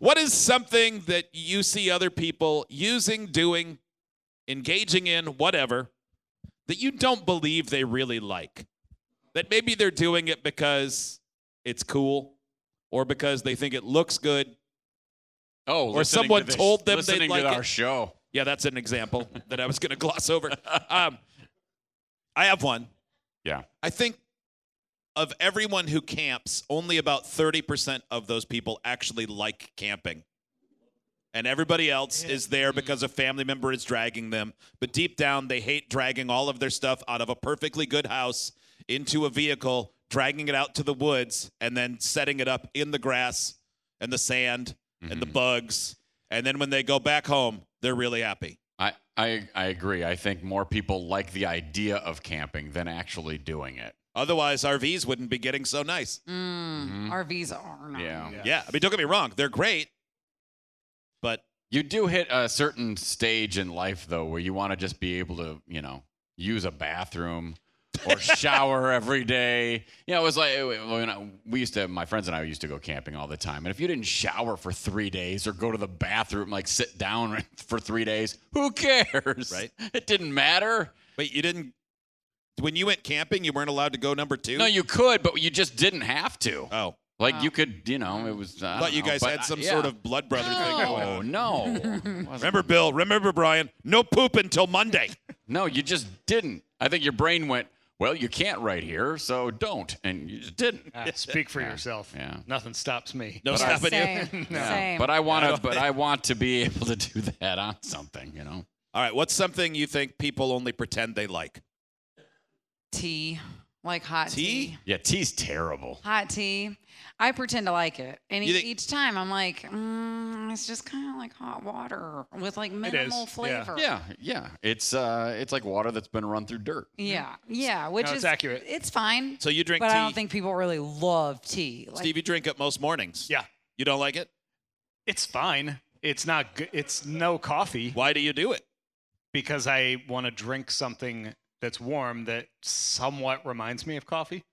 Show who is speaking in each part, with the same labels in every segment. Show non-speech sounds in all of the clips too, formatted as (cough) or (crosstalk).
Speaker 1: What is something that you see other people using, doing, engaging in, whatever, that you don't believe they really like? That maybe they're doing it because it's cool or because they think it looks good.
Speaker 2: Oh,
Speaker 1: Or
Speaker 2: listening
Speaker 1: someone
Speaker 2: to this-
Speaker 1: told them they'd
Speaker 2: listening
Speaker 1: like
Speaker 2: to our
Speaker 1: it.
Speaker 2: show.
Speaker 1: Yeah, that's an example that I was going to gloss over. Um, I have one.
Speaker 2: Yeah,
Speaker 1: I think of everyone who camps, only about 30% of those people actually like camping. And everybody else is there because a family member is dragging them. But deep down, they hate dragging all of their stuff out of a perfectly good house into a vehicle, dragging it out to the woods, and then setting it up in the grass and the sand and the
Speaker 2: Mm-hmm.
Speaker 1: bugs. And then when they go back home, they're really happy.
Speaker 2: I, I I agree. I think more people like the idea of camping than actually doing it.
Speaker 1: Otherwise, RVs wouldn't be getting so nice.
Speaker 3: RVs Mm, are not.
Speaker 2: Yeah.
Speaker 1: Mm-hmm. Yeah, I mean, don't get me wrong, they're great, but
Speaker 2: You do hit a certain stage in life though where you want to just be able to, you know, use a bathroom
Speaker 1: (laughs)
Speaker 2: or shower every day. You know, it was like when I, we used to my friends and I used to go camping all the time. And if you didn't shower for 3 days or go to the bathroom like sit down (laughs) for 3 days, who cares?
Speaker 1: Right.
Speaker 2: It didn't matter.
Speaker 1: Wait, you didn't. When you went camping, you weren't allowed to go number two.
Speaker 2: No, you could, but you just didn't have to.
Speaker 1: Oh,
Speaker 2: Like you could, you know, it was. I
Speaker 1: I
Speaker 2: don't
Speaker 1: thought you
Speaker 2: know,
Speaker 1: guys
Speaker 2: but
Speaker 1: had
Speaker 2: I-
Speaker 1: some
Speaker 2: yeah.
Speaker 1: sort of blood brother thing. going
Speaker 2: No,
Speaker 1: on.
Speaker 2: no.
Speaker 3: (laughs)
Speaker 2: Wasn't-
Speaker 1: Remember, Bill. Remember, Brian. No poop until Monday.
Speaker 2: No, you just didn't. I think your brain went, well, you can't right here, so don't, and you just didn't.
Speaker 4: Ah, (laughs) speak for yourself.
Speaker 2: yeah.
Speaker 4: Nothing stops me.
Speaker 1: (laughs) No stopping you.
Speaker 3: Same. Same.
Speaker 2: But I want to. But I want to be able to do that on something, you know.
Speaker 1: All right. What's something you think people only pretend they like?
Speaker 3: tea, like hot
Speaker 1: Tea?
Speaker 3: tea?
Speaker 2: Yeah, tea's terrible.
Speaker 3: Hot tea. I pretend to like it, and
Speaker 1: You
Speaker 3: e-
Speaker 1: think-
Speaker 3: each time I'm like, mm, it's just kind of like hot water with like minimal
Speaker 4: is, yeah.
Speaker 3: flavor.
Speaker 2: Yeah, yeah. It's uh, it's like water that's been run through dirt.
Speaker 3: Yeah, yeah, which
Speaker 4: No, it's
Speaker 3: is
Speaker 4: accurate.
Speaker 3: It's fine.
Speaker 1: Mm-hmm. So you drink
Speaker 3: but
Speaker 1: tea.
Speaker 3: I don't think people really love tea. Like,
Speaker 1: Steve, you drink it most mornings.
Speaker 4: Yeah.
Speaker 1: You don't like it?
Speaker 4: It's fine. It's not good. It's no coffee
Speaker 1: Why do you do it?
Speaker 4: because I want to drink something that's warm that somewhat reminds me of coffee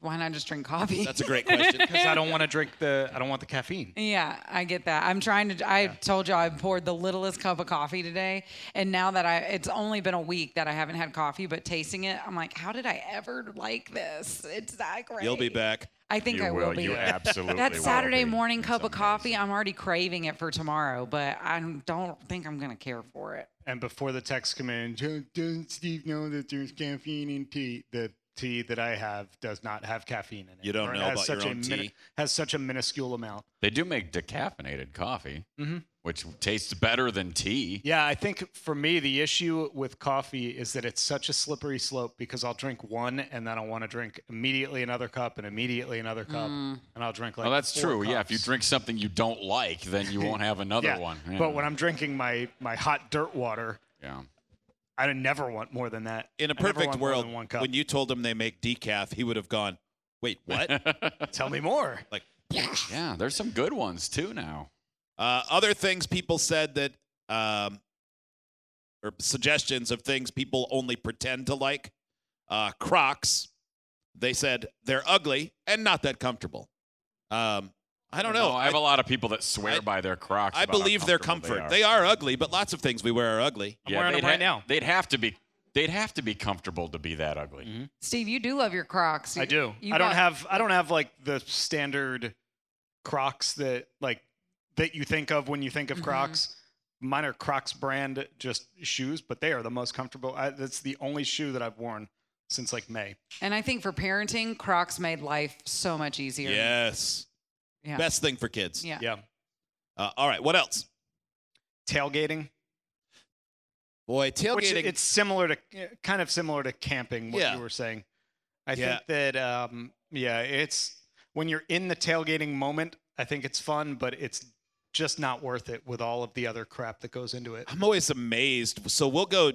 Speaker 3: why not just drink coffee?
Speaker 1: That's a
Speaker 3: (laughs)
Speaker 1: great question.
Speaker 4: because I don't want to drink the I don't want the caffeine.
Speaker 3: Yeah, I get that. I'm trying to. I told you I poured the littlest cup of coffee today, and now that I, it's only been a week that I haven't had coffee, but tasting it, I'm like, how did I ever like this? It's that great.
Speaker 1: You'll be back.
Speaker 3: I think I will, be.
Speaker 2: You
Speaker 3: back.
Speaker 2: absolutely.
Speaker 3: that
Speaker 2: will
Speaker 3: Saturday
Speaker 2: be
Speaker 3: morning
Speaker 2: in
Speaker 3: cup
Speaker 2: some
Speaker 3: of
Speaker 2: days.
Speaker 3: coffee, I'm already craving it for tomorrow, but I don't think I'm gonna care for it.
Speaker 4: And before the text come in, "Don't- doesn't Steve know that there's caffeine in tea? The tea that I have does not have caffeine in it.
Speaker 1: You don't
Speaker 4: or it
Speaker 1: know
Speaker 4: has
Speaker 1: about your
Speaker 4: such
Speaker 1: own
Speaker 4: a mini-
Speaker 1: tea.
Speaker 4: has such a minuscule amount.
Speaker 2: They do make decaffeinated coffee,
Speaker 4: Mhm.
Speaker 2: which tastes better than tea.
Speaker 4: Yeah, I think for me the issue with coffee is that it's such a slippery slope because I'll drink one and then I want to drink immediately another cup and immediately another cup
Speaker 3: Mm.
Speaker 4: and I'll drink like.
Speaker 2: well, that's
Speaker 4: four
Speaker 2: true. Yeah, if you
Speaker 4: cups.
Speaker 2: drink something you don't like, then you won't have another
Speaker 4: yeah.
Speaker 2: one.
Speaker 4: But when I'm drinking my my hot dirt water,
Speaker 2: yeah.
Speaker 4: I never want more than that.
Speaker 1: In a
Speaker 4: I never
Speaker 1: perfect
Speaker 4: want more
Speaker 1: world,
Speaker 4: than one cup.
Speaker 1: when you told him they make decaf, he would have gone, wait, what?
Speaker 4: tell me more.
Speaker 1: like,
Speaker 2: (laughs) Yeah, there's some good ones too now.
Speaker 1: Uh, other things people said that, um, or suggestions of things people only pretend to like. Uh, Crocs, they said they're ugly and not that comfortable. Um, I don't know.
Speaker 2: I have a lot of people that swear
Speaker 1: I-
Speaker 2: by their Crocs.
Speaker 1: I
Speaker 2: about how
Speaker 1: believe their
Speaker 2: comfortable
Speaker 1: comfort. They
Speaker 2: are.
Speaker 1: are. ugly, but lots of things we wear are ugly.
Speaker 4: I'm wearing
Speaker 2: they'd
Speaker 4: them right now.
Speaker 2: They'd have to be. They'd have to be comfortable to be that ugly.
Speaker 4: Mm-hmm.
Speaker 3: Steve, you do love your Crocs.
Speaker 4: I
Speaker 3: You-
Speaker 4: do.
Speaker 3: you
Speaker 4: I don't
Speaker 3: bought-
Speaker 4: have I don't have like the standard Crocs that like that you think of when you think of Crocs. mine are Crocs brand just shoes, but they are the most comfortable. I, that's the only shoe that I've worn since like May.
Speaker 3: And I think for parenting, Crocs made life so much easier.
Speaker 1: Yes.
Speaker 3: Yeah.
Speaker 1: Best thing for kids.
Speaker 3: Yeah.
Speaker 4: Yeah.
Speaker 1: Uh, all right. What else?
Speaker 4: Tailgating,
Speaker 1: Boy, tailgating.
Speaker 4: which it's similar to, eh, kind of similar to camping, what
Speaker 1: Yeah.
Speaker 4: you were saying. I
Speaker 1: Yeah.
Speaker 4: think that, um, yeah, it's when you're in the tailgating moment, I think it's fun, but it's just not worth it with all of the other crap that goes into it.
Speaker 1: I'm always amazed. So we'll go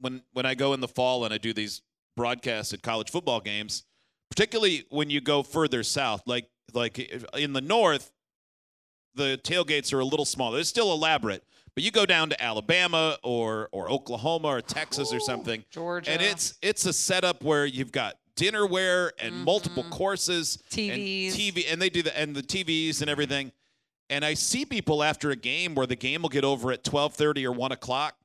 Speaker 1: when when I go in the fall and I do these broadcasts at college football games, particularly when you go further south, like like in the north, the tailgates are a little smaller. They're still elaborate, but you go down to Alabama or or Oklahoma or Texas or something,
Speaker 3: Georgia.
Speaker 1: and it's it's a setup where you've got dinnerware and multiple courses
Speaker 3: TVs.
Speaker 1: and TV and they do the and the TVs and everything. And I see people after a game where the game will get over at twelve thirty or one o'clock,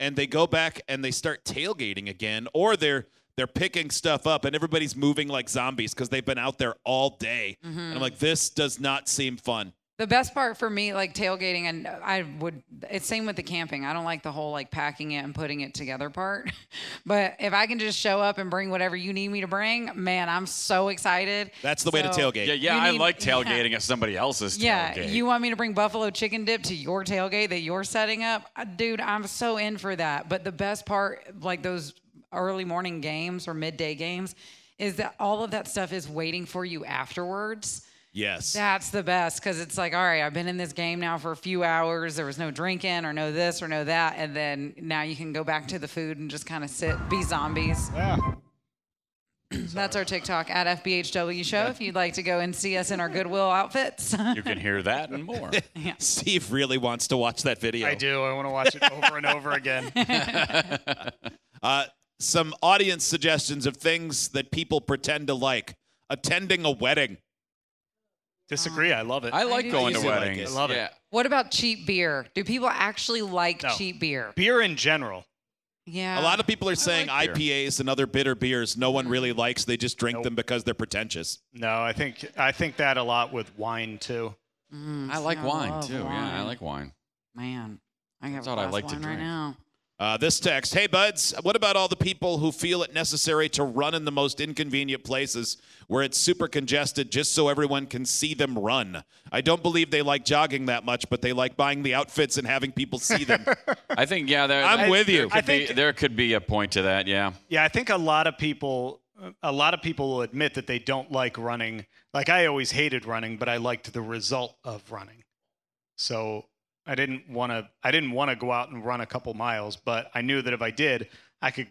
Speaker 1: and they go back and they start tailgating again, or they're they're picking stuff up and everybody's moving like zombies because they've been out there all day. And I'm like, this does not seem fun.
Speaker 3: The best part for me, like tailgating, and I would, it's same with the camping. I don't like the whole like packing it and putting it together part. (laughs) but if I can just show up and bring whatever you need me to bring, man, I'm so excited.
Speaker 1: That's the way to
Speaker 3: So-
Speaker 1: tailgate.
Speaker 2: Yeah, yeah,
Speaker 3: You
Speaker 2: I
Speaker 3: need-
Speaker 2: like
Speaker 3: yeah.
Speaker 2: tailgating at somebody else's tailgate.
Speaker 3: Yeah, you want me to bring buffalo chicken dip to your tailgate that you're setting up? Uh, Dude, I'm so in for that. But the best part, like those early morning games or midday games, is that all of that stuff is waiting for you afterwards.
Speaker 1: Yes.
Speaker 3: That's the best because it's like, all right, I've been in this game now for a few hours. There was no drinking or no this or no that. And then now you can go back to the food and just kind of sit, be zombies.
Speaker 4: Yeah.
Speaker 3: That's our TikTok at FBHW show if you'd like to go and see us in our Goodwill outfits. (laughs)
Speaker 2: You can hear that and more.
Speaker 1: (laughs) Steve really wants to watch that video.
Speaker 4: I do. I want to watch it over and over again.
Speaker 1: (laughs) Uh, some audience suggestions of things that people pretend to like. Attending a wedding.
Speaker 4: (laughs) Disagree. I love it.
Speaker 2: I like
Speaker 3: do
Speaker 2: going to
Speaker 1: too. I like
Speaker 2: weddings.
Speaker 1: it.
Speaker 4: Love it.
Speaker 2: yeah.
Speaker 3: what about cheap beer? Do people actually like
Speaker 4: No.
Speaker 3: cheap beer?
Speaker 4: Beer in general.
Speaker 3: Yeah.
Speaker 1: A lot of people are saying
Speaker 2: like
Speaker 1: IPAs and other bitter beers no one really likes. They just drink them because they're pretentious.
Speaker 4: No, I think I think that a lot with wine too.
Speaker 2: I like
Speaker 3: Mm, I
Speaker 2: wine
Speaker 3: love
Speaker 2: too. Yeah, I
Speaker 3: wine.
Speaker 2: like wine.
Speaker 3: Man, I have
Speaker 2: That's
Speaker 3: a
Speaker 2: what I
Speaker 3: glass of
Speaker 2: like to
Speaker 3: wine
Speaker 2: drink.
Speaker 3: right now.
Speaker 1: Uh, this text Hey, buds, what about all the people who feel it necessary to run in the most inconvenient places where it's super congested just so everyone can see them run? I don't believe they like jogging that much, but they like buying the outfits and having people see
Speaker 3: (laughs)
Speaker 1: them.
Speaker 2: I think yeah. There,
Speaker 1: I'm
Speaker 2: there
Speaker 1: with you.
Speaker 2: Could
Speaker 4: I
Speaker 2: be,
Speaker 4: think-
Speaker 2: there could be a point to that. Yeah.
Speaker 4: Yeah, I think a lot of people a lot of people will admit that they don't like running. Like I always hated running, but I liked the result of running. So I didn't want to I didn't want to go out and run a couple miles, but I knew that if I did, I could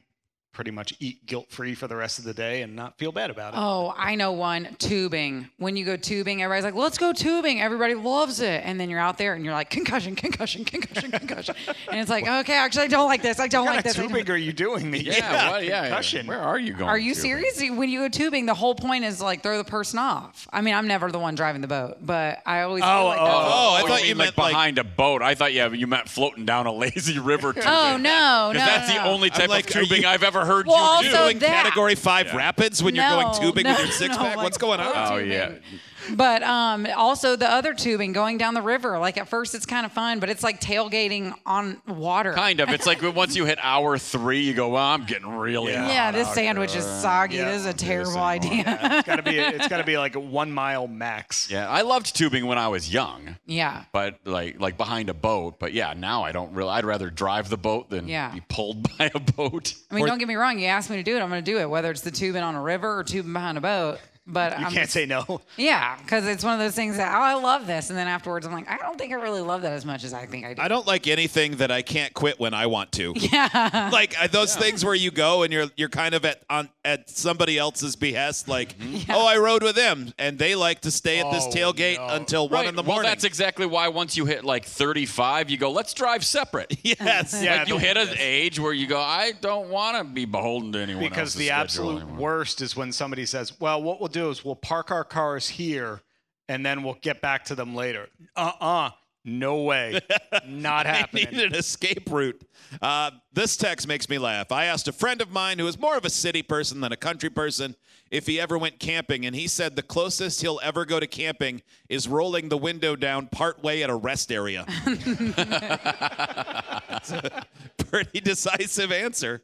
Speaker 4: pretty much eat guilt-free for the rest of the day and not feel bad about it.
Speaker 3: Oh, I know one tubing. When you go tubing, everybody's like, let's go tubing. Everybody loves it. And then you're out there and you're like, concussion, concussion, concussion, concussion. and it's like, okay, actually, I don't like this. I don't
Speaker 4: what
Speaker 3: like
Speaker 4: kind of
Speaker 3: this. I don't-
Speaker 4: tubing are you doing? that you
Speaker 2: Yeah.
Speaker 4: got (laughs)
Speaker 2: what, yeah.
Speaker 4: concussion?
Speaker 2: Where are you going?
Speaker 3: Are you
Speaker 2: to?
Speaker 3: serious? When you go tubing, the whole point is like throw the person off. I mean, I'm never the one driving the boat, but I always feel like that's-
Speaker 1: Oh, I thought you
Speaker 2: mean, like
Speaker 1: meant, like-
Speaker 2: behind a boat. I thought yeah, you meant floating down a (laughs) lazy river. Tubing.
Speaker 3: Oh, no, no.
Speaker 2: Because that's
Speaker 3: no.
Speaker 2: the only type
Speaker 1: like,
Speaker 2: of
Speaker 1: are
Speaker 2: tubing
Speaker 1: you-
Speaker 2: I've ever heard
Speaker 3: Well,
Speaker 2: you do.
Speaker 3: also
Speaker 1: Doing
Speaker 3: that-
Speaker 1: category five rapids when you're
Speaker 3: No,
Speaker 1: going tubing with
Speaker 3: no,
Speaker 1: your six
Speaker 3: no,
Speaker 1: pack?
Speaker 3: like,
Speaker 1: What's going on?
Speaker 3: oh,
Speaker 2: Oh yeah.
Speaker 3: tubing. But um, also the other tubing going down the river. Like at first, it's kind of fun, but it's like tailgating on water.
Speaker 2: Kind of. It's
Speaker 3: (laughs)
Speaker 2: like once you hit hour three, you go, well, I'm getting really hot
Speaker 3: yeah, this
Speaker 2: out
Speaker 3: sandwich
Speaker 2: here."
Speaker 3: is soggy.
Speaker 4: Yeah.
Speaker 3: This is a
Speaker 2: same
Speaker 3: terrible
Speaker 2: one.
Speaker 3: idea. (laughs) Yeah.
Speaker 4: It's got to be it's got to be like a 1 mile max.
Speaker 2: Yeah, I loved tubing when I was young, but like like behind a boat. But yeah, now I don't really. I'd rather drive the boat than
Speaker 3: Yeah.
Speaker 2: be pulled (laughs) by a boat.
Speaker 3: I mean, don't get me wrong. You asked me to do it. I'm going to do it, whether it's the tubing on a river or tubing behind a boat. But
Speaker 4: You
Speaker 3: I'm
Speaker 4: can't say no.
Speaker 3: yeah, because it's one of those things that oh, I love this, and then afterwards I'm like, I don't think I really love that as much as I think I do.
Speaker 1: I don't like anything that I can't quit when I want
Speaker 2: (laughs)
Speaker 1: to. Yeah. Like uh, those things where you go and you're you're kind of at on at somebody else's behest.
Speaker 2: (laughs)
Speaker 1: Like, oh, I rode with them, and they like to stay at this
Speaker 4: Oh,
Speaker 1: tailgate
Speaker 4: no.
Speaker 1: until one in the
Speaker 2: well,
Speaker 1: morning.
Speaker 2: that's exactly why once you hit like 35, you go, let's drive (laughs) separate.
Speaker 1: (laughs) yes.
Speaker 4: Yeah,
Speaker 2: Like you
Speaker 4: the-
Speaker 2: hit an age where you go, I don't want to be beholden to anyone
Speaker 4: because
Speaker 2: else's
Speaker 4: the
Speaker 2: schedule
Speaker 4: absolute
Speaker 2: anymore."
Speaker 4: worst is when somebody says, "Well, what we'll do is we'll park our cars here, and then we'll get back to them later." Uh uh No
Speaker 2: (laughs)
Speaker 4: way. Not
Speaker 1: I (laughs)
Speaker 4: happening.
Speaker 1: need an escape route. Uh, this text makes me laugh. I asked a friend of mine who is more of a city person than a country person if he ever went camping, and he said the closest he'll ever go to camping is rolling the window down partway at a rest (laughs) area. That's a pretty decisive answer.